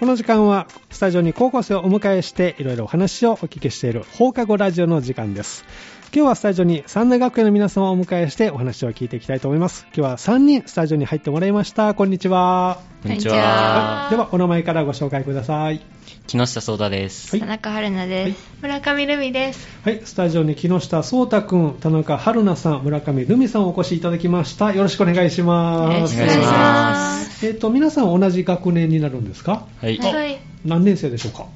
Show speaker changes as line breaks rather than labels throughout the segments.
この時間はスタジオに高校生をお迎えしていろいろお話をお聞きしている放課後ラジオの時間です今日はスタジオに三大学園の皆様をお迎えしてお話を聞いていきたいと思います今日は3人スタジオに入ってもらいましたこんにちは
こんにち
は
は。
いではお名前からご紹介ください
木下相太です。
はい
田中春菜です、村上ルミです
はいスタジオに木下颯太くん田中春菜さん村上ルミさんをお越しいただきましたよろしくお願いします
ろしくお願いします
えっ、と皆さん同じ学年になるんですか
はい。
はい
何年生でしょうか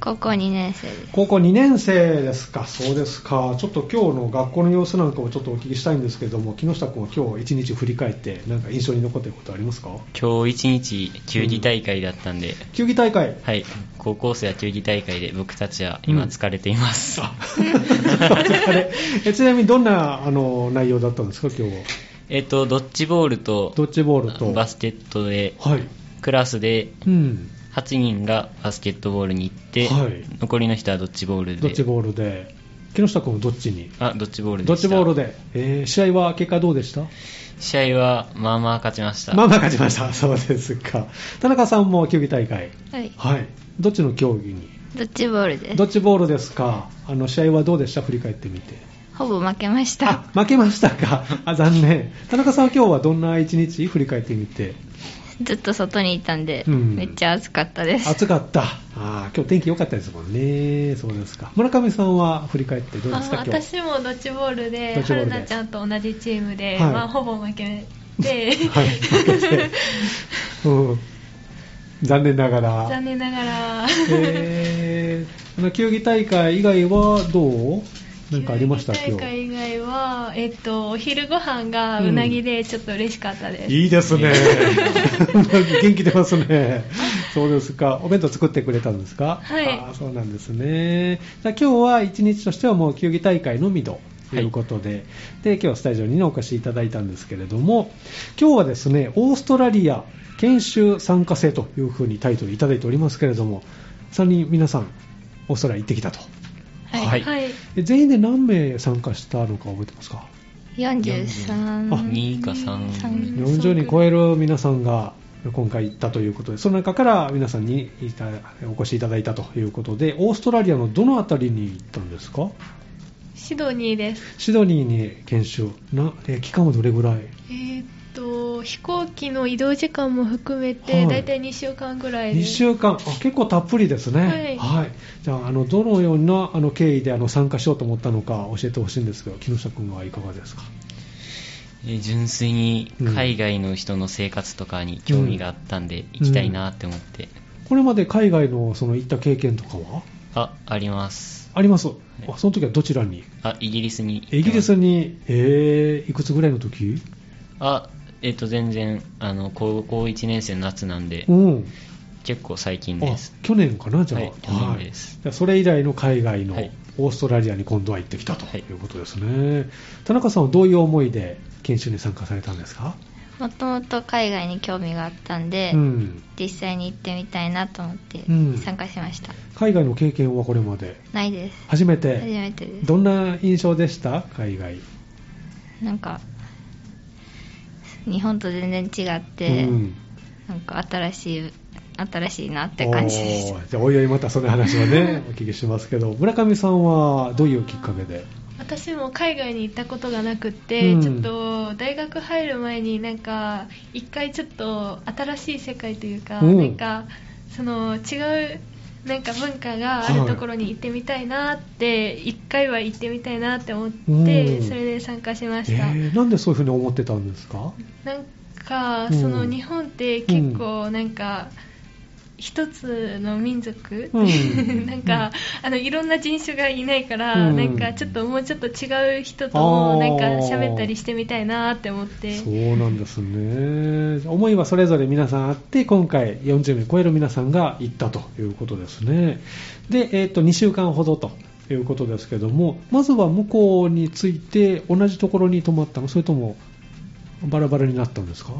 高校2年生です
高校2年生ですか、そうですか、ちょっと今日の学校の様子なんかをちょっとお聞きしたいんですけれども、木下君は今日一日振り返って、なんか印象に残っていることありますか
今日一日球技大会だったんで、
球技大会、
はい。高校生は球技大会で僕たちは今疲れています。
あれえちなみにどんなあの内容だったんですか、今日は。
えっと、ドッジボールと
ドッジボールと、
バスケットで、
はい、
クラスで
うん、
8人がバスケットボールに行って、
はい
残りの人はドッジボールで。
ドッジボールで、木下君はどっちに
あ、ドッジボールで
ドッ
した。
ジボールで、えー試合は結果どうでした
試合はまあまあ勝ちました。
まあまあ勝ちました、 そうですか、田中さんも球技大会、
はい
はい、どっちの競技に
ドッジボールです
ドッジボールですか、あの試合はどうでした、振り返ってみて。
ほぼ負けました
あ負けましたか、あ残念、田中さんは今日はどんな一日、振り返ってみて、
ずっと外にいたんで、
うん
めっちゃ暑かったです
暑かった、あー今日天気良かったですもんね、そうですか、村上さんは振り返ってどうですか、
あ
今日
私もドッジボールで
ドッジボール
春
で
菜ちゃんと同じチームで、
はい
まあ、ほぼ負けて
はい負け てうん、残念ながら、
残念ながら、
えーあの球技大会以外はどうなんかありま した、
球技
今日
大会以外は、えっと、お昼ご飯がうなぎでちょっと嬉しかったです、
いいですね。 元気出ますね。そうですか。お弁当作ってくれたんですか
はい
あーそうなんですね。じゃあ今日は一日としてはもう球技大会のみと。いうことで、で今日はスタジオにねお越しいただいたんですけれども今日はですねオーストラリア研修参加制というふうにタイトルいただいておりますけれども3人皆さんオーストラリア行ってきたと
はい
はい、
は
で全員で何名参加したのか覚えてますかあ
43
2か3。
三
40人超える皆さんが今回行ったということでその中から皆さんにいたお越しいただいたということでオーストラリアのどの辺りに行ったんですか
シドニーです
シドニーに研修なえ期間はどれぐらい
えーっと飛行機の移動時間も含め
は
て、
い
大体2週間ぐらいで
2週間あ結構たっぷりですねはい、じゃああのどのようなあの経緯であの参加しようと思ったのか教えてほしいんですけど木下君はいかがですか
えー純粋に海外の人の生活とかに興味があったんで、行きたいなって思って、
これまで海外のその行った経験とかは
ああります
あります、あその時はどちらに
あイギリスに
イギリスに、えー、いくつぐらいの時
あえっ、と全然あの高校1年生の夏なんで、
うん、
結構最近
あ
です
去年かな、じゃあ、
はい去年です
じゃあそれ以来の海外の
はい
オーストラリアに今度は行ってきたと
はい
いうことですね、田中さんはどういう思いで研修に参加されたんですか、
もともと海外に興味があったんで、
うん、
実際に行ってみたいなと思って
うん
参加しました、
海外の経験はこれまで、
ないです
初め
初
て、
めてです
どんな印象でした、海外。
なんか日本と全然違って、
うん
なんか新しい新しいなって感じでし
お
た
ーじゃあおいおいまたその話を ねお聞きしますけど村上さんはどういうきっかけで
私も海外に行ったことがなくって、
うん
ちょっと大学入る前になんか一回ちょっと新しい世界というか、
うん
なんかその違うなんか文化があるところに行ってみたいなって一、回は行ってみたいなって思って、
うん
それで参加しました。
えーなんでそういうふうに思ってたんですか
なんか
うん
その日本って結構なんか、一つの民族、
うん
なんか、あのいろんな人種がいないから、
うん
なんかちょっともうちょっと違う人と
あ
も
ー
なんか喋ったりしてみたいなって思って
そうなんですね。思いはそれぞれ皆さんあって、今回40名超える皆さんが行ったということですね。で、えっ、と、2週間ほどということですけども、まずは向こうについて同じところに泊まったのそれともバラバラになったんですか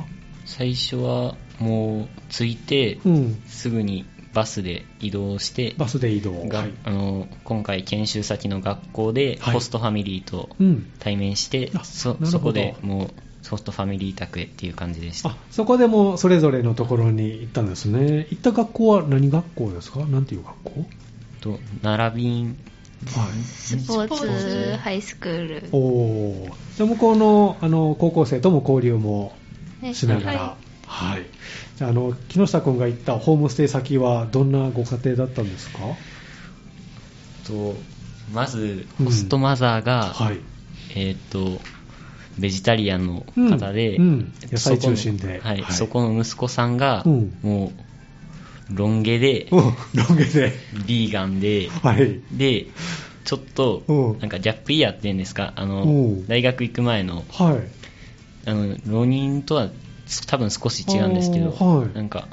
最初はもう着いて、
うん。
すぐにバスで移動して
バスで移動。
が
はい。
あの今回研修先の学校で
はい
ホストファミリーと
うん。
対面して、
あな
そ
るほど
そこでもうホストファミリー宅へっていう感じでした
あそこでもそれぞれのところに行ったんですね行った学校は何学校ですかなんていう学校
と並びん
はい
スポー
スポー
ツ
ツ
ハイスクール
おーじゃあ向こうのあの高校生とも交流も
ね
しながら、はいじゃああの木下君が行ったホームステイ先はどんなご家庭だったんですか
とまず
うん
ホストマザーが、
はい
えっ、とベジタリアンの方で、
うんうん
えっと
野菜中心で
そこのはい
はい
そこの息子さんが、
うん
もうロン毛で
うんロン毛で
ビーガンで、
はい
でちょっと
うん
なんかギャップイヤーって言うんですかあ
う
の
ん
大学行く前の
はい
あの浪人とはす多分少し違うんですけど、
あーはい
なんか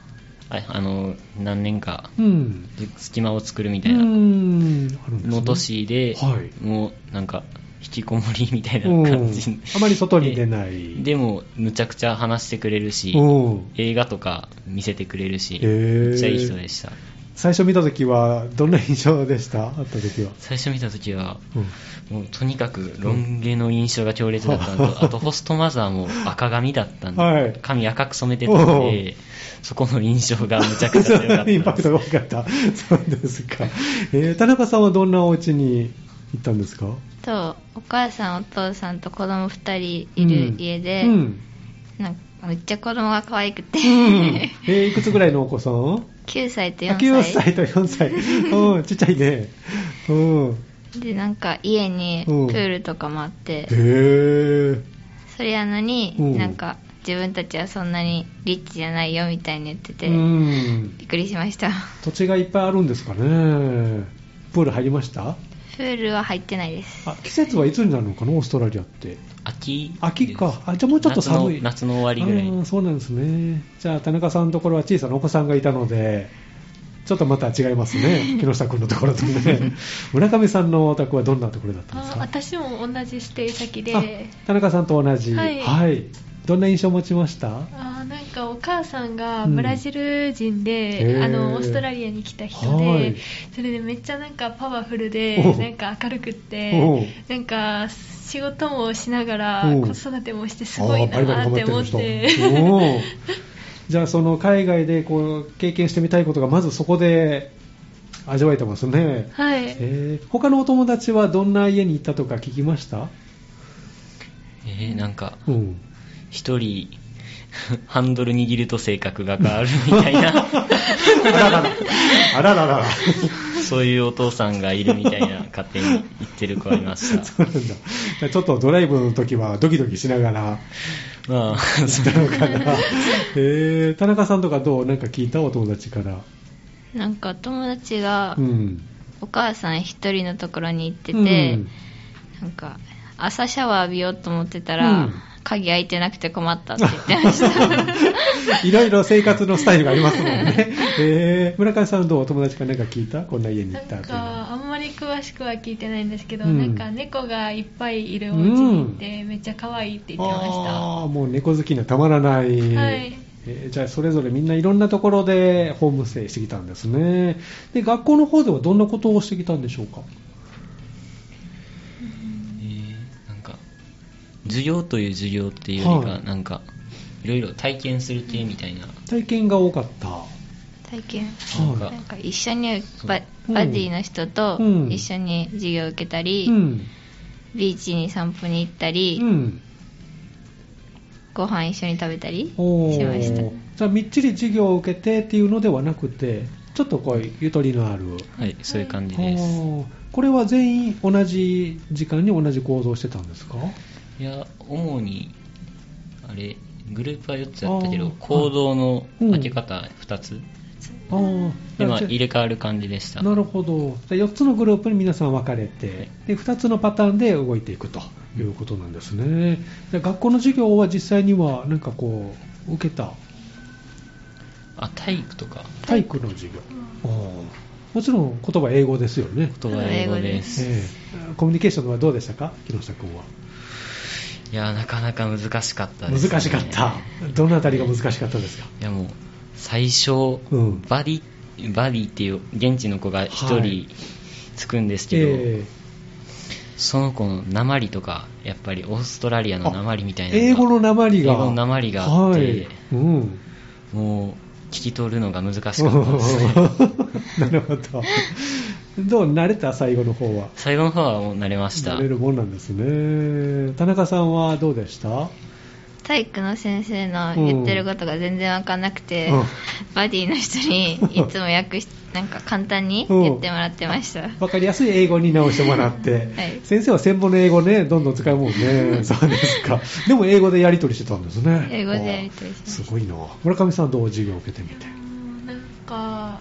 ああの何年か
うん
隙間を作るみ
み
たいな
うんあるんですね
の年で、
はい
もうなんか引きこもりみたいな
うん
感じ、
あまり外に出ない
ででもむちゃくちゃ話してくれるし、
うん
映画とか見せてくれるし、
へー
めっちゃいい人でした
最初見た時はどんな印象でした会った時は、
最初見た時は
うん
もうとにかくロン毛の印象が強烈だったのと、 あとホストマザーも赤髪だったんで、
はい
髪赤く染めてたん
おう
で、そこの印象がむちゃくちゃ強かっ た
インパクト
です。
が大きかった。そうですか。えー田中さんはどんなお家に行ったんですか
とお母さんお父さんと子供2人いる家で、
うんうん
なんかめっちゃ子供が可愛くて、
えーいくつぐらいのお子さん
9歳と
あ9
4歳
歳と4歳。 うん、ちっちゃいね。うん。
でなんか家にプ
うん
ールとかもあっ
へ、
て
ー。
それやのに、
うん
なんか自分たちはそんなにリッチじゃないよみたいに言ってて、
うん。
びっくりしました
土地がいっぱいあるんですかね。プール入りました
プールは入ってないです
あ季節はいつになるのかな、オーストラリアって。
秋です
秋か。あ、じゃあもうちょっと寒い。
夏の夏の終わりぐらい
あーそうなんですね。じゃあ、田中さんのところは小さなお子さんがいたので、ちょっとまた違います ね。木下君のところとね。村上さんのお宅はどんなところだったんです
あ
か
私も同じステイ先で
あ田中さんと同じ。
はい
どんな印象を持ちました
あーなんかお母さんがブラジル人で、
うんへー
あのオーストラリアに来た人
はい
でそれでめっちゃなんかパワフルで
おう
なんか明るくっ
おう
てなんか仕事もしながら
おう
子育てもしてすごいなーって思っ
人
て
おーじゃあ、その海外でこう経験してみたいことが、まずそこで味わえてますね。
はい
えー他のお友達はどんな家に行ったとか聞きました
えーなんか、
うん。
一人、 ハンドル握ると性格が変わるみたい な、
あららら。あらららら。
そういうお父さんがいるみたいな、勝手に言ってる子がいまし
そうなんだ。じゃあちょっとドライブの時はドキドキしながら
た。まあ、
行ったのかな。えー、田中さんとかどうなんか聞いたお友達から。
なんか友達が
うん。
お母さん一人のところに行ってて、
うん
なんか朝シャワー浴びようと思ってたら、
うん
鍵開いてなくて困ったって言って ました
いろいろ生活のスタイルがありますもんね。えー、村上さんどうお友達からなんか聞いたこんな家に行
な
った
ん
っていうのは
かあんまり詳しくは聞いてないんですけど、
うん
なんか猫がいっぱいいるお家に行って、めっちゃ可愛いって言ってました
ああ、もう猫好きにはたまらない。
はい
えーじゃあ、それぞれみんないろんなところでホームステイしてきたんですね。で、学校の方ではどんなことをしてきたんでしょうか
えーなんか授業という授業っていうより
は
か
い
なんかいろいろ体験する系みたいな、
体験が多かった。
体験
なん
は
か
なんか一緒にバ
うん
バディの人と
うん
一緒に授業を受けたり、
うん。
ビーチに散歩に行ったり、
うん。
ご飯一緒に食べたり
お
しま
ー
した
じゃあ、みっちり授業を受けてっていうのではなくて、ちょっとこう、ゆとりのある。
はい、そういう感じです
おーこれは全員同じ時間に同じ行動をしてたんですか
いや主にあれグループは4つやったけ
あ
ど
ー
行動の
うん
分け方2つ
あー
で、まあ、
じゃあ
入れ替わる感じでした
なるほどで4つのグループに皆さん分かれてで2つのパターンで動いていくということなんですねで学校の授業は実際にはなんかこう受けた
あ体育とか
体育の授業、おーもちろん言葉は英語ですよね、
言葉は英語です、
ええコミュニケーションはどうでしたか木下君はい
やなかなか難しかったです、ね、
難しかったどのあたりが難しかったですか
いやもう最初、
うん
バディバディっていう現地の子が1
はい
人つくんですけど、
え
その子の鉛とかやっぱりオーストラリアの鉛みたいな
英語の鉛
鉛
が
英語の鉛があって
はいうん、
もう聞き取るのが難しかったです ね
なるほどどう慣れた最後の方は
最後の方はもう慣れました
慣れるもんなんですね田中さんはどうでした
体育の先生の言ってることが全然わかんなくて、
うん
バディの人 にいつも訳しなんか簡単に言ってもらってました、
わかりやすい英語に直してもらって、
はい
先生は専門の英語ねどんどん使うもんね そうですかでも英語でやり取りしてたんですね
英語でやり取りしまし
すごいな村上さんはどう授業を受けてみて
うんなんか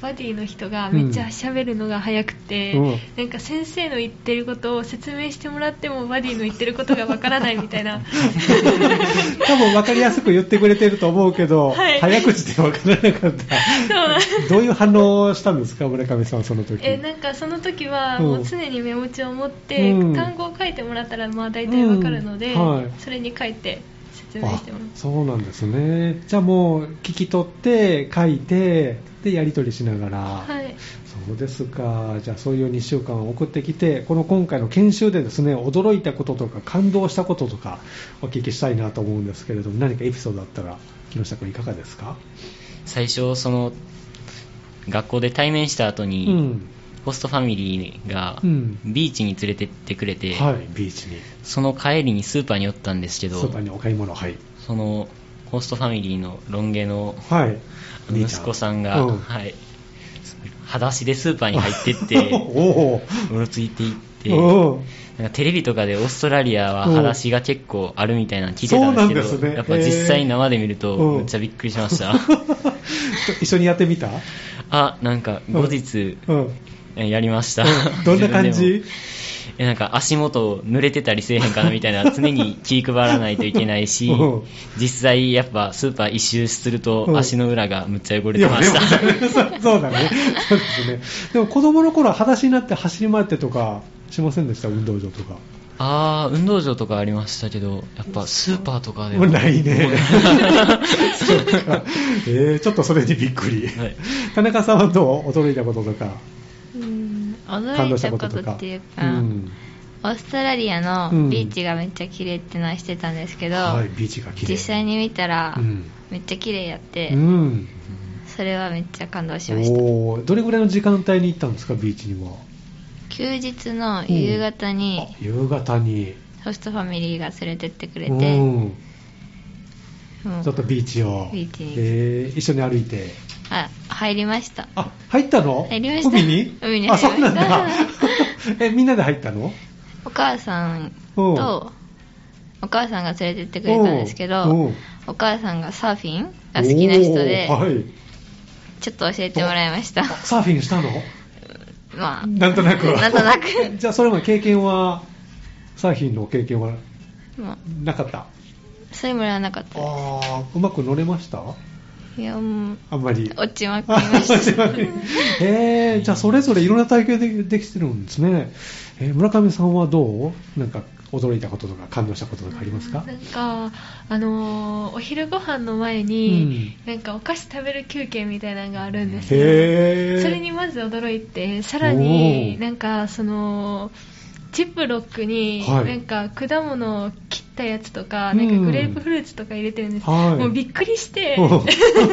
バディの人がめっちゃ喋るのが早くて、
うん
なんか先生の言ってることを説明してもらってもバディの言ってることがわからないみたいな
多分分かりやすく言ってくれてると思うけど、
はい
早口で分からなか ったどういう反応をしたんですか村上さんそ の時
えなんかその時は
うん
もう常にメモ帳を持って、
うん
単語を書いてもらったらまあ大体わかるので、
うんはい
それに書いて説明
あ
してもらっ
そうなんですねじゃあもう聞き取って書いてでやり取りしながら、
たはい
そうですかじゃあそういう2週間を送ってきてこの今回の研修でですね驚いたこととか感動したこととかお聞きしたいなと思うんですけれども何かエピソードあったら木下君いかがですか
最初その学校で対面した後
う
に、
ん、
ホストファミリーが
うん
ビーチに連れてってくれて、
はいビーチに
その帰りにスーパーに寄ったんですけ
スーパー
ど
にお買い物はい
そのホストファミリーのロン毛の
はい
息子さんが、
うん
はい、裸足でスーパーに入ってっ
お
て
お
うろついていって
おお
なんかテレビとかでオーストラリアは
うん
裸足が結構あるみたいなの聞いてたんですけど
そうなんですね
やっぱ実際生で見る
うん
とめっちゃびっくりし ました、
一緒にやってみた、
あなんか後日
うん、
えやりました、
どんな感
自分で
じ
もえなんか足元濡れてたりせえへんかなみた いな常に気配らないといけないし
うん
実際やっぱスーパー一周する
うん
と足の裏がむっちゃ汚れてまし
いや
た
でもそう そうだね。そうですね。でも子供の頃は裸足になって走り回ってとかしませんでした運動場とか。
ああ運動場とかありましたけどやっぱスーパーとかで
も
は
うない ね。そうかえー、ちょっとそれにびっくり。
はい
田中さんはどう驚いたこととか。
うん
感
驚
動
い
した
た
こ
こと
と
と
か。
っていうか、オーストラリア
うん
のビーチがめっちゃ綺麗ってのはしてたんですけど、
はい、ビーチが綺麗
実際に見たら
うん
めっちゃ綺麗やって、
うん。
それはめっちゃ感動しました
おーどれぐらいの時間帯に行ったんですか、ビーチには。
休日の夕方に
あ夕方に。
ホストファミリーが連れてってくれて、
うん。
もう
ちょっとビーチを。
ビーチに
えー一緒に歩いて。
あ入りました
あ、入ったの
入りました
海に
海に入り
あ、
ました
そうなん だ。え、みんなで入ったの
お母さん
うん
とお母さんが連れてってくれたんですけ
うんう
ど
ん
お母さんがサーフィンが好きな人で
おーはい。
ちょっと教えてもらいました
あサーフィンしたの
まあ
なんとなく。
なんとな く
じゃあ、それまで経験は、サーフィンの経験は
もう
なかった。
それもらわなかったで
ああ、うまく乗れました
すいやもう
あんまり。
落ちまくりました
えー、じゃあそれぞれいろんな体験でできてるんですね、えー村上さんはどうなんか驚いたこととか感動したこととかありますか
なんか、あのーお昼ご飯の前に、なんかお菓子食べる休憩みたいなのがあるんですよ
へー
それにまず驚いてさ
お
らに
ー
なんかそのチップロックに
はい
なんか果物を切ったやつとか,、
うん
なんかグレープフルーツとか入れてるんです、
はい
もうびっく りして
うん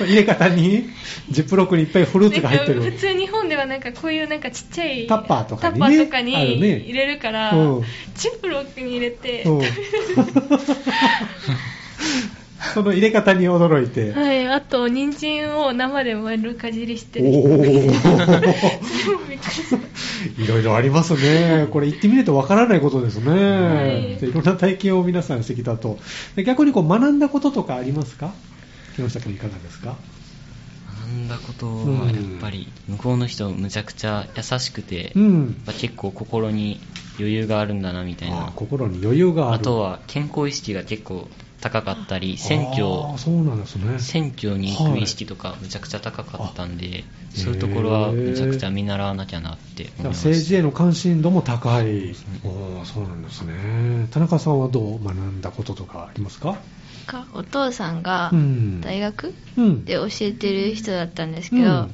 入れ方にジップロックにいっぱいフルーツが入って
なんか
る
普。通日本ではなんかこういうなんかちっちゃい
タッパーとかにね
タッパーとかに
あるね
入れるから
うん
チップロックに入れて、
うんその入れ方に驚いて。
はい、あと人参を生で丸かじりして
お
る
ー
それも びっくりした
いろいろありますね。これ言ってみるとわからないことですね。
はい
でいろんな体験を皆さんしてきたと。で逆にこう学んだこととかありますか木下君いかがですか
学んだことはやっぱり向こうの人むちゃくちゃ優しくて、
う
やっ
ん。
ぱ結構心に余裕があるんだなみたい
あ
な
ー心に余裕がある。
あとは健康意識が結構高かったり、選
あー
挙、
そうなんですね。
選挙に行く意識とかむちゃくちゃ高かったんで、そういうところ
へ
は
ー
むちゃくちゃ見習わなきゃなって思いま
政
す。
治への関心度も高い、おーそうなんですね、田中さんはどう学んだこととかありますか、
かお父さんが
うん
大学
うん
で教えてる人だったんですけど、
うん
ま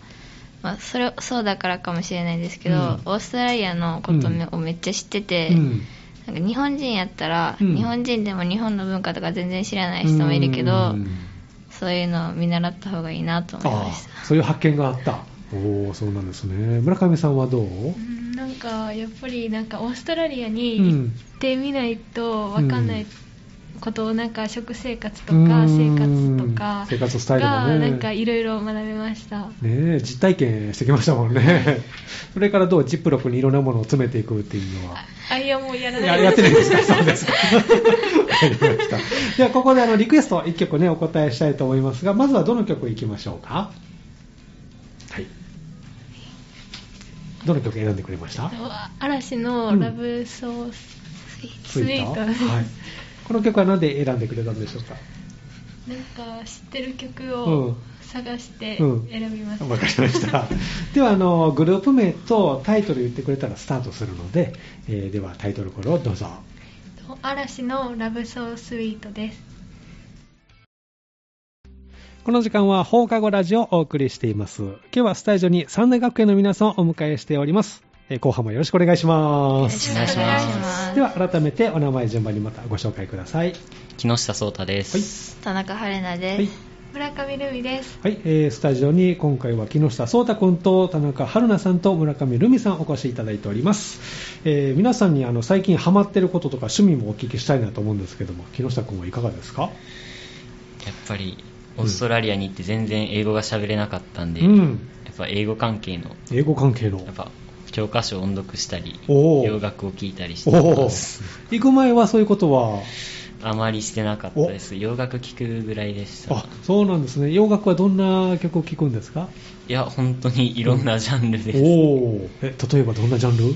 まあ、それそうだからかもしれないですけど、
うん
オーストラリアのことめをめっちゃ知ってて、
うん
なんか日本人やったら、
うん
日本人でも日本の文化とか全然知らない人もいるけど、
うん
そういうのを見習った方がいいなと思い
あ
まし
あそういう発見があったおおそうなんですね村上さんはどう、
うんなんかやっぱりなんかオーストラリアに
う
行
ん
ってみないとわかんな
う
い
ん
ことをなんか食生活と
う
か生
ん
活とか
生活スタイルが
が
ね
なんかいろいろ学べました。
ねえ実体験してきましたもん ねそれからどうジップロックにいろんなものを詰めていくっていうのは
あいやもうやら
い
な
や
い。
やってない ですかそうですかわか りましたではここであのリクエスト1曲ねお答えしたいと思いますがまずはどの曲いきましょうかはいどの曲選んでくれました
嵐のラブソース、スイート。
はい、この曲は何で選んでくれたんでしょうか
なんか知ってる曲
うん
を探して
うん
選びま す。
わかりました。では、あの、グループ名とタイトル言ってくれたらスタートするので、えーではタイトルコールをどうぞ。
嵐のラブソースイートです。
この時間は放課後ラジオをお送りしています。今日はスタジオに三大学園の皆さんをお迎えしております。えー後半もよろしくお願いしま
た
す。
お願いします。
では、改めてお名前順番にまたご紹介ください。
木下颯太です。
田中春菜です、
はい。
村上ルミです。
はい、えースタジオに今回は木下聡太君と田中春菜さんと村上瑠美さんお越しいただいております、えー皆さんにあの最近ハマってることとか趣味もお聞きしたいなと思うんですけども木下君はいかがですか
やっぱり、オーストラリアに行って全然英語が喋れなかったんで、
う
やっ
ん
ぱ英語関係の、
英語関係の
やっぱ教科書を音読したり、
おー
洋楽を聴いたりして
お
ま
お
す。
行く前はそういうことは
あまりしてなかったです。洋楽聴くぐらいでした
あ。そうなんですね洋楽はどんな曲を聴くんですか
いや、本当にいろんなジャンル
お
で
お
す。
え例えばどんなジャンル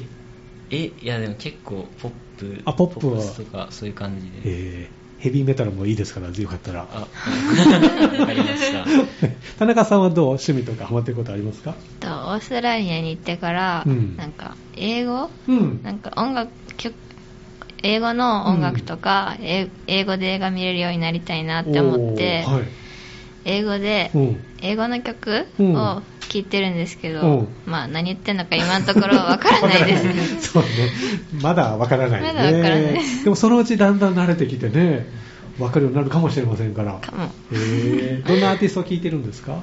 え、いやでも結構ポップ、
あポップは
スとかそういう感じで。
えーヘビーメタルもいいです からよかったら
あ、わかりま した。
田中さんはどう趣味とかハマってることありますか
とオーストラリアに行ってから、
うん
なんか英語
うん
なんか音楽曲英語の音楽とか、英英語で映画見れるようになりたいなって思って、
おーはい
英語で、
うん
英語の曲
うん
を聴いてるんですけど、
うん
まあ何言ってんのか今のところわからないですね
そうね。まだわからないね。
まだわからない
でもそのうちだんだん慣れてきてね、わかるようになるかもしれませんから。
かも
へーどんなアーティストを聴いてるんですか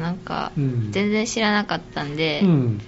なんか、
うん
全然知らなかったんで、
うん。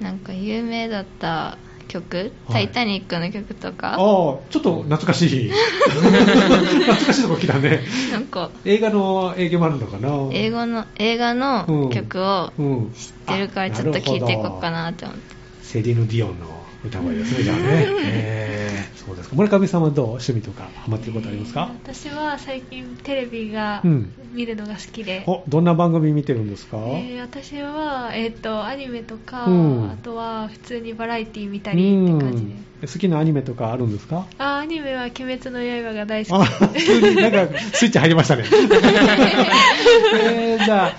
なんか有名だった曲「
はい
タイタニック」の曲と
ああ、
か
ちょっと懐か しい。懐かしいとこ来たね。
なんか
映画の影響もあるのかな
英語の映画の曲を
うん
知ってるからちょっと聴いていこうかなって思って、
セリーヌ・ディオンの歌声ですね、じゃあね。へーそうですか。村上さんはどう趣味とかハマってることありますか
私は最近テレビが
うん
見るのが好きで、
お、どんな番組見てるんですか
えー私は、えー、とアニメとか、
うん
あとは普通にバラエティ見た
う
りって
ん
感じです。
好きなアニメとかあるんですか
あーアニメは「鬼滅の刃」が大好
あ
きで、
急になんかスイッチ入りま したね。えーじゃあ、えー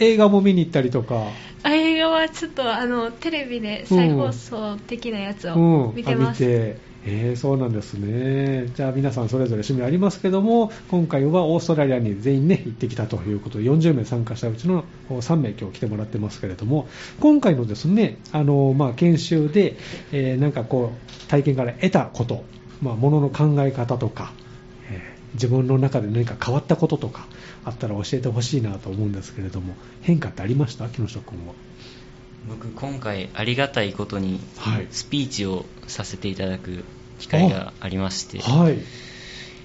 映画も見に行ったりとか、
あ映画はちょっとあのテレビで再放送的なやつ
うん
を、見
あ
てます、
て、えーそうなんですね。じゃあ皆さんそれぞれ趣味ありますけども、今回はオーストラリアに全員ね、行ってきたということで、40名参加したうちのお3名今日来てもらってますけれども、今回のですね、あの、まあ、研修で、えーなんかこう、体験から得たこと、まあ、ものの考え方とか、えー自分の中で何か変わったこととかあったら教えてほしいなと思うんですけれども変化ってありました木下君は
僕今回ありがたいことに
はい
スピーチをさせていただく機会がありまして、
はい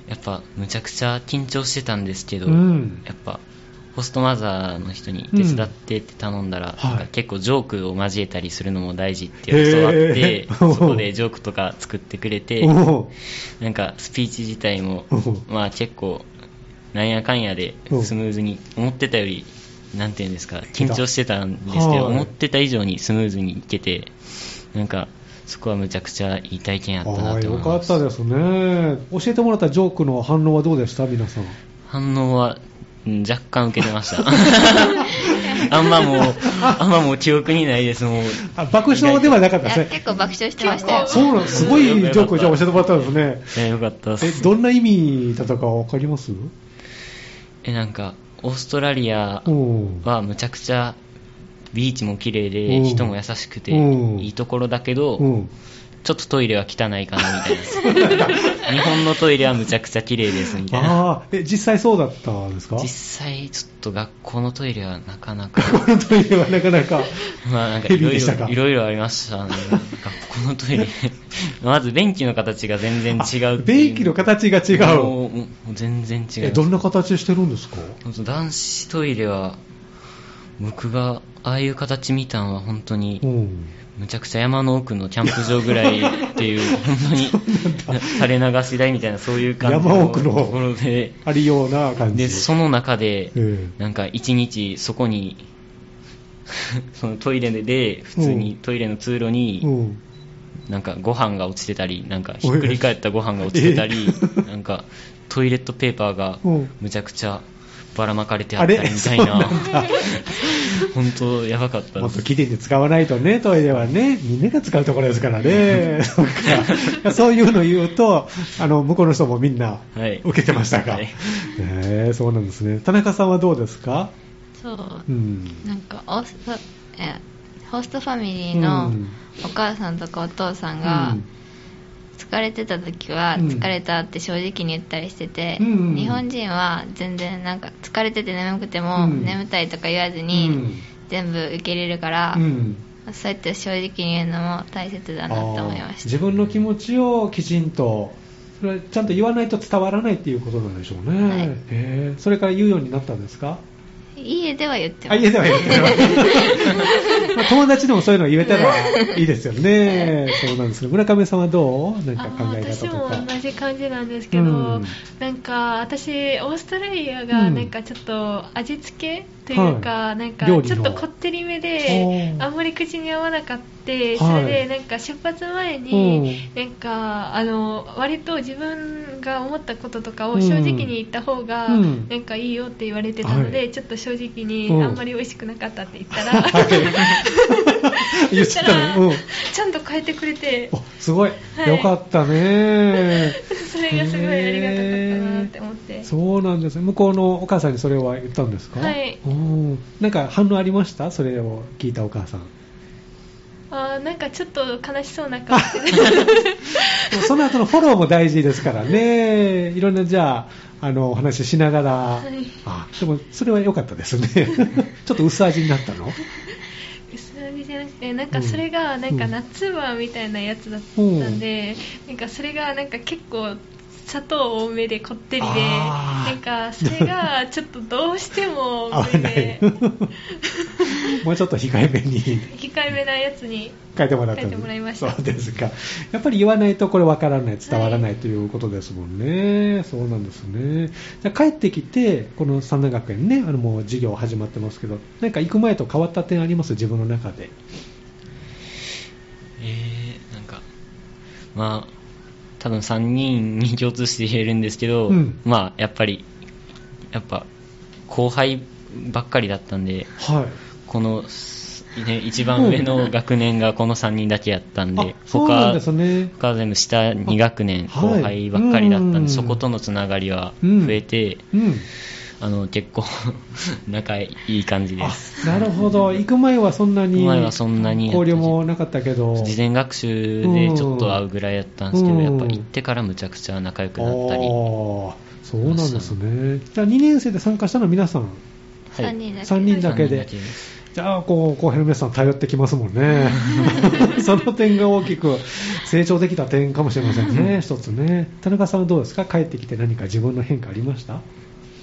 やっぱむちゃくちゃ緊張してたんですけど、
うん
やっぱホストマザーの人に手伝ってって頼んだら、
うんはい
なんか結構ジョークを交えたりするのも大事って教わって
へー
そこでジョークとか作ってくれて
おー
なんかスピーチ自体も
おー
まあ結構なんやかんやで
うん
スムーズに思ってたよりなんていうんですか緊張してたんですけ
はい
ど思ってた以上にスムーズにいけてなんかそこはむちゃくちゃいい体験やっ
あ
たな
ー
と
よ
思い
か
ま
っ
す
たですね教えてもらったジョークの反応はどうでした皆さん
反応はうん若干受けて ましたあんまもうあんまもう記憶にないですもう
あ爆笑ではなかったで
い
す
や
ね
結構爆笑してましたよ
そうなんすごいジョークをじゃあ教えてもらったんですね
いやよかったです
えどんな意味だったかわかります
えなんかオーストラリア
うん
はむちゃくちゃビーチも綺麗
うん
で人も優しくて
うん
いいところだけど、
うん
ちょっとトイレは汚いかなみたい な日本のトイレはむちゃくちゃ綺麗ですみたいな
ああ、え、実際そうだったんですか
実際ちょっと学校のトイレはな かなか
このトイレはなかなか。
まあなんか
ヘ
い
ビー
ろ
で
い
したか
ろいろいろありましたね学校のトイレ まず便器の形が全然違うっていう
便器の形が違う。
もうもう全然違
え、
う
どんな形してるんですか
ほんと男子トイレは僕がああいう形見たんは本当に
うん。
むちゃくちゃ山の奥のキャンプ場ぐらいっていう 本当に垂れ流し台みたいなそういう感じ
山奥の
ところで
ありような感じ。
でその中で
うん
なんか一日そこに そのトイレで普通にトイレの通路に、
うん。
なんかご飯が落ちてたり、なんかひっくり返ったご飯が落ちてたり
え、
なんかトイレットペーパーが
うん
むちゃくちゃばらまかれてあ
あ
った
れ
りみ
そう
たい
なん
な、
だ。
本当やばかった
もっ
で
と
す。
きれいに使わないとね、トイレはね、みんなが使うところですからね。そっかそういうの言うと、あの、向こうの人もみんな
はい
受けてましたか。
はい
ねえそうなんですね。田中さんはどうですか
そう
うん。
なんかオーストえホストファミリーの
うん
お母さんとかお父さんが疲れてた時は
うん
疲れたって正直に言ったりしてて、
うん
日本人は全然なんか疲れてて眠くて
う
も
ん
眠たいとか言わず
う
に
ん
全部受け入れるから、
うん
そうやって正直に言うのも大切だなと思いま
あー
した
自分の気持ちをきちんと、それはちゃんと言わないと伝わらないっていうことなんでしょうね。
はい
へえそれから言うようになったんですか
家では言って
あ、
ます
家では言って ない。まあ友達でもそういうの言えたらいいですよね。そうなんですね。村上さんはどうなんか考え方
私
と
も
か。
同じ感じなんですけど、
うん
なんか私オーストラリアが
うん
なんかちょっと味付けというか、
はい
なんかち
料
ょっ
理の
とこってりめで
おー
あんまり口に合わなかったそ
はい
れでなんか出発前に、なんかあの割と自分が思ったこととかを正直に言った方が
うん
なんかいいよって言われてたので、
はい
ちょっと正直に
うん
あんまり美味しくなかったって言ったら、
言っちゃ
た
った
ら
ね。うん。
ちゃんと変えてくれて
あ、すごい。
はい
よかったね。
それがすごいありがたかったなって思って。
そうなんですね。向こうのお母さんにそれは言ったんですか
はい
うんなんか反応ありましたそれを聞いたお母さん。
あーなんかちょっと悲しそうな顔して る
でもその後のフォローも大事ですからね、いろんなじゃあ、あのお話ししながら、
い
あでもそれは良かったですね、 ちょっと薄味になったの、
薄味じゃなくてなんかそれがなんか夏場みたいなやつだったんで、なんかそれがなんか結構砂糖多めでこってりで
あー
なんかそれがちょっとどうして
合
も
わ
それ
な
で
い、 もうちょっと控えめに
控えめなやつに
書いてもらったん
書いてもらいま
で
した
そうですか、やっぱり言わないとこれ分からない、伝わらないということですもんね、そうなんですね、じゃあ帰ってきて、この三大学園ね、あのもう授業始まってますけど、なんか行く前と変わった点あります、自分の中で。
えー、なんか、まあ、多分3人に共通して言えるんですけど、
うん
まあ、やっぱり、やっぱ、後輩ばっかりだったんで、
はい
この、ね、一番上の学年がこの3人だけやったんで、
あそうなんですね。
僕は全部下2学年
あはい
後輩ばっかりだったんで、
うん
そことのつながりは
うん
増えて、
うん。
あの結構 仲いい感じで
あ
す、
なるほど。行く前はそんなに。
前はそんなに
交流もなかったけど。
事前学習でちょっと会うぐらいやったんですけど、
うん
やっぱ行ってからむちゃくちゃ仲良くなったり、
ああ、そうなんですね。じゃあ2年生で参加したのは皆さん、
い
3人だけ
3人だけ
三
で
人。です
じゃあ、こう、後輩の皆さん頼ってきますもん ね。その点が大きく成長できた点かもしれませんね、一つね。田中さんはどうですか帰ってきて何か自分の変化ありました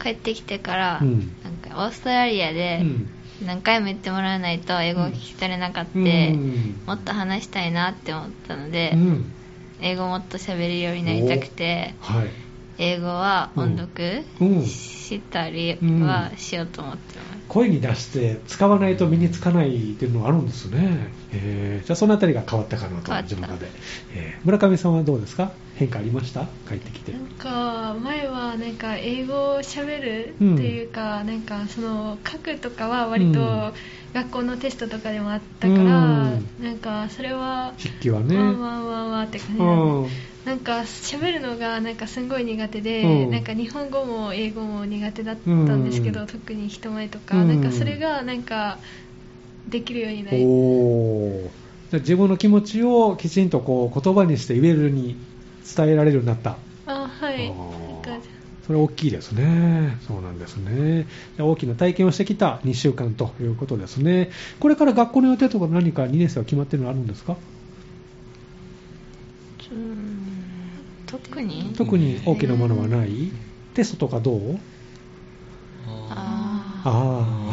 帰ってきてから、
うん
なんかオーストラリア
う
で
ん。
何回も言ってもらわないと英語を聞き取れなかった、
うん
もっと話したいなって思ったので、
うん。
英語もっと喋れるようになりたくて
はい。
英語は音読
うん。
したりはしようと思ってます、
声に出して使わないと身につかないっていうのはあるんですね。えーじゃあそのあたりが変わったかなと
変わった
自分の中で、えー村上さんはどうですか変化ありました帰ってきて
な。んか前はなんか英語をしゃべるというか、なんかその書くとかは割
うん
と学校のテストとかでもあったから、
うん
なんかそれは
筆記はね。
わんわんわんわんって感じ
う
なんで
ん。
なんか喋るのがなんかすごい苦手で、
うん
なんか日本語も英語も苦手だったんですけど、
うん
特に人前とか、
うん
なんかそれがなんかできるようになりたい
おーじゃあ自分の気持ちをきちんとこう言葉にして言えるように伝えられるようになった
あはい
あ
なん
ー
か
それ大きいですね。そうなんですね。じゃあ大きな体験をしてきた2週間ということですね。これから学校の予定とか何か2年生は決まってるのあるんですか
うーん特に
特に大きなものはない、テストとかどう
あー
ああ。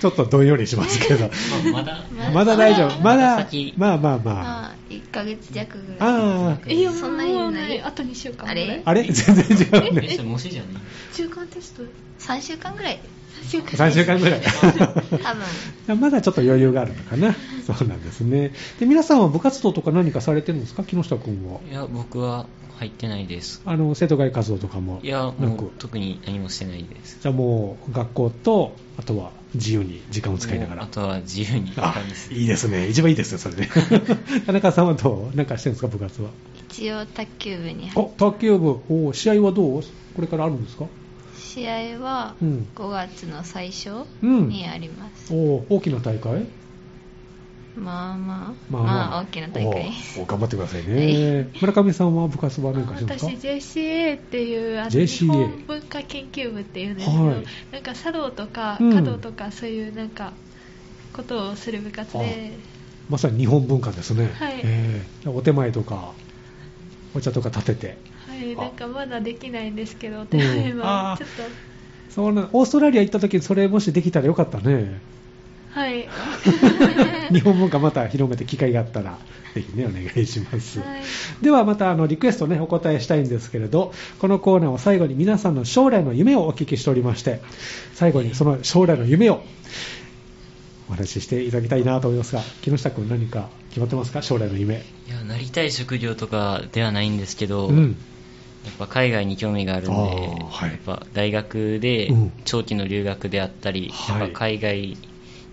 ちょっとどんよりしますけど。
まあまだ
まだ大丈夫。まだ
先、
まあまあまあ。
まあ1ヶ月弱ぐらい
あ
いやもう
そんなに
もう
ない
あと2週間
あれ
あ。あれ全然違う
え
ね。
それ模試じゃない
中間テスト
3週間ぐらい
3週間ぐらい。
多 分
まだちょっと余裕があるのかな。そうなんですね。で、皆さんは部活動とか何かされてるんですか木下君は。
いや僕は入ってないです
あの、生徒会活動とかも。
いや
な
も
く
う。特に何もしてないです
じゃあもう、学校と、あとは自由に時間を使いなが
もう
ら
あ。とは自由に
あ
感じです、
いいですね。一番いいですね、それね。 田中さんはどうなんかしてるんですか、部活は。
一応卓球部に入っ
お、卓球部。お試合はどうこれからあるんですか
試合は
うん
5月の最初
うん
にあります、
お大きな大会
まあまあまあ、大きな大会
おお頑張ってくださいね。村上さんは部活は何かしてるんです
私
か
JCA っていうあの
JCA
日本文化研究部っていうんですけど、
はい
なんか茶道とか
うん
華道とかそういうなんかことをする部活で、
まさに日本文化ですね。
はい
ええお手前とか、お茶とか立てて。
はい、
あ
なんかまだできないんですけど手前
あ
は
ー
ちょっと
そうなオーストラリア行った時にそれもしできたらよかった ね。
はいはい
日本文化また広めて機会があったら、ぜひね、お願いします。ではまたあのリクエストねお答えしたいんですけれどこのコーナーを最後に皆さんの将来の夢をお聞きしておりまして最後にその将来の夢をお話ししていただきたいなと思いますが木下君何か決まってますか将来の夢
いやなりたい職業とかではないんですけど、
うん
やっぱ海外に興味があるんで、
あーはい
やっぱ大学で
うん
長期の留学であったり、
はい
やっぱ海外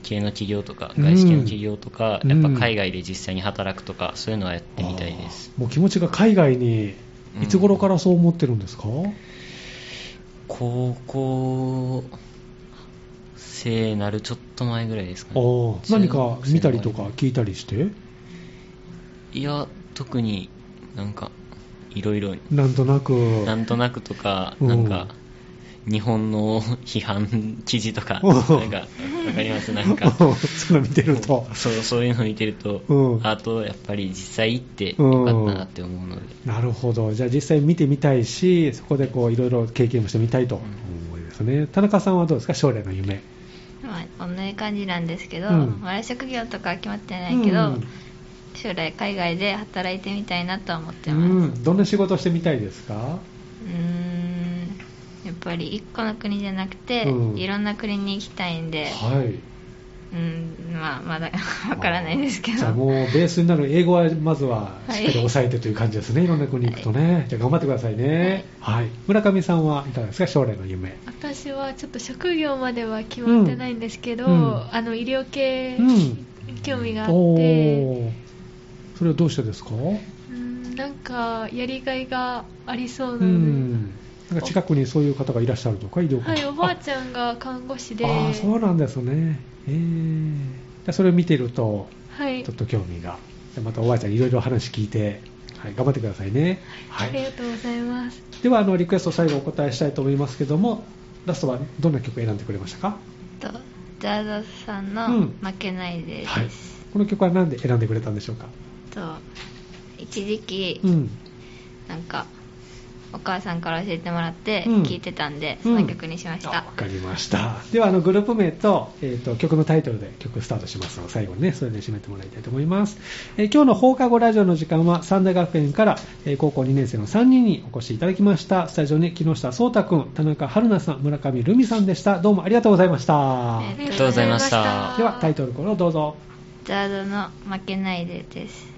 系の企業とか、
うん
外資系の企業とか、
うん
やっぱ海外で実際に働くとか、そういうのはやってみたいです。
あーもう気持ちが海外にいつ頃からそう思ってるんですか、
高校生なるちょっと前ぐらいですか
あ
ね。
ー何か見たりとか聞いたりして
いや、特になんか、いろいろ、
なんとなく
なんとなくとか、
うん
なんか、日本の批判 記事とか、
お
なんか、
う
わかりますなん か、
そんな見てると
そうそういうの見てると、
うん
あとやっぱり実際行って
うん
よかったなって思うので、
なるほど、じゃあ実際見てみたいし、そこでこういろいろ経験もしてみたいと思いですね、田中さんはどうですか、将来の夢。
まあ同じ感じなんですけど、
うん
まだ職業とかは決まってないけど、
うん
将来海外で働いてみたいなとは思って
う
ます、うん、
ん、どんな仕事をしてみたいですか、
んやっぱり一個の国じゃなくて、
うん
いろんな国に行きたいんで、
はい、
うんまあまだ わからないですけ
じゃあ
ど
もうベースになる英語はまずはしっか
はい
り抑えてという感じですね、い、ろんな国行くとね、じゃあ頑張ってくださいね、はい村上さんはいかがですか、将来の夢。
私はちょっと職業までは決まってないんですけど、
うん
あの医療系、
うん
興味があって、
おーそれはどうしてですか、
うんなんかやりがいがありそう
う
なので、
ん、なんか近くにそういう方がいらっしゃるとか、医療関
はい
係
おばあちゃんが看護師で
ああそうなんですねええじゃあそれを見てると
はい
ちょっと興味がじゃあまたおばあちゃんいろいろ話聞いて、はい、頑張ってくださいね、は
あり
い、
がとうございます
ではあのリクエスト最後お答えしたいと思いますけどもラストはどんな曲を選んでくれましたか、
とザードさんの
うん
「負けないで」
はい
です、、
この曲は何で選んでくれたんでしょうか、
と一時期、
うん、
なんかお母さんから教えてもらって
うん
聞いてたんで、
うん
その曲にしまし
あ
た、
わかりましたではあのグループ名と,、えーと曲のタイトルで曲スタートしますので最後にねそれで締めてもらいたいと思います、えー今日の放課後ラジオの時間は三田学園から、えー高校2年生の3人にお越しいただきましたスタジオに木下颯太君田中春菜さん村上瑠美さんでしたどうもありがとうございました
あり
がとうございました
ではタイトルコールをどうぞ
ザードの「負けないで」です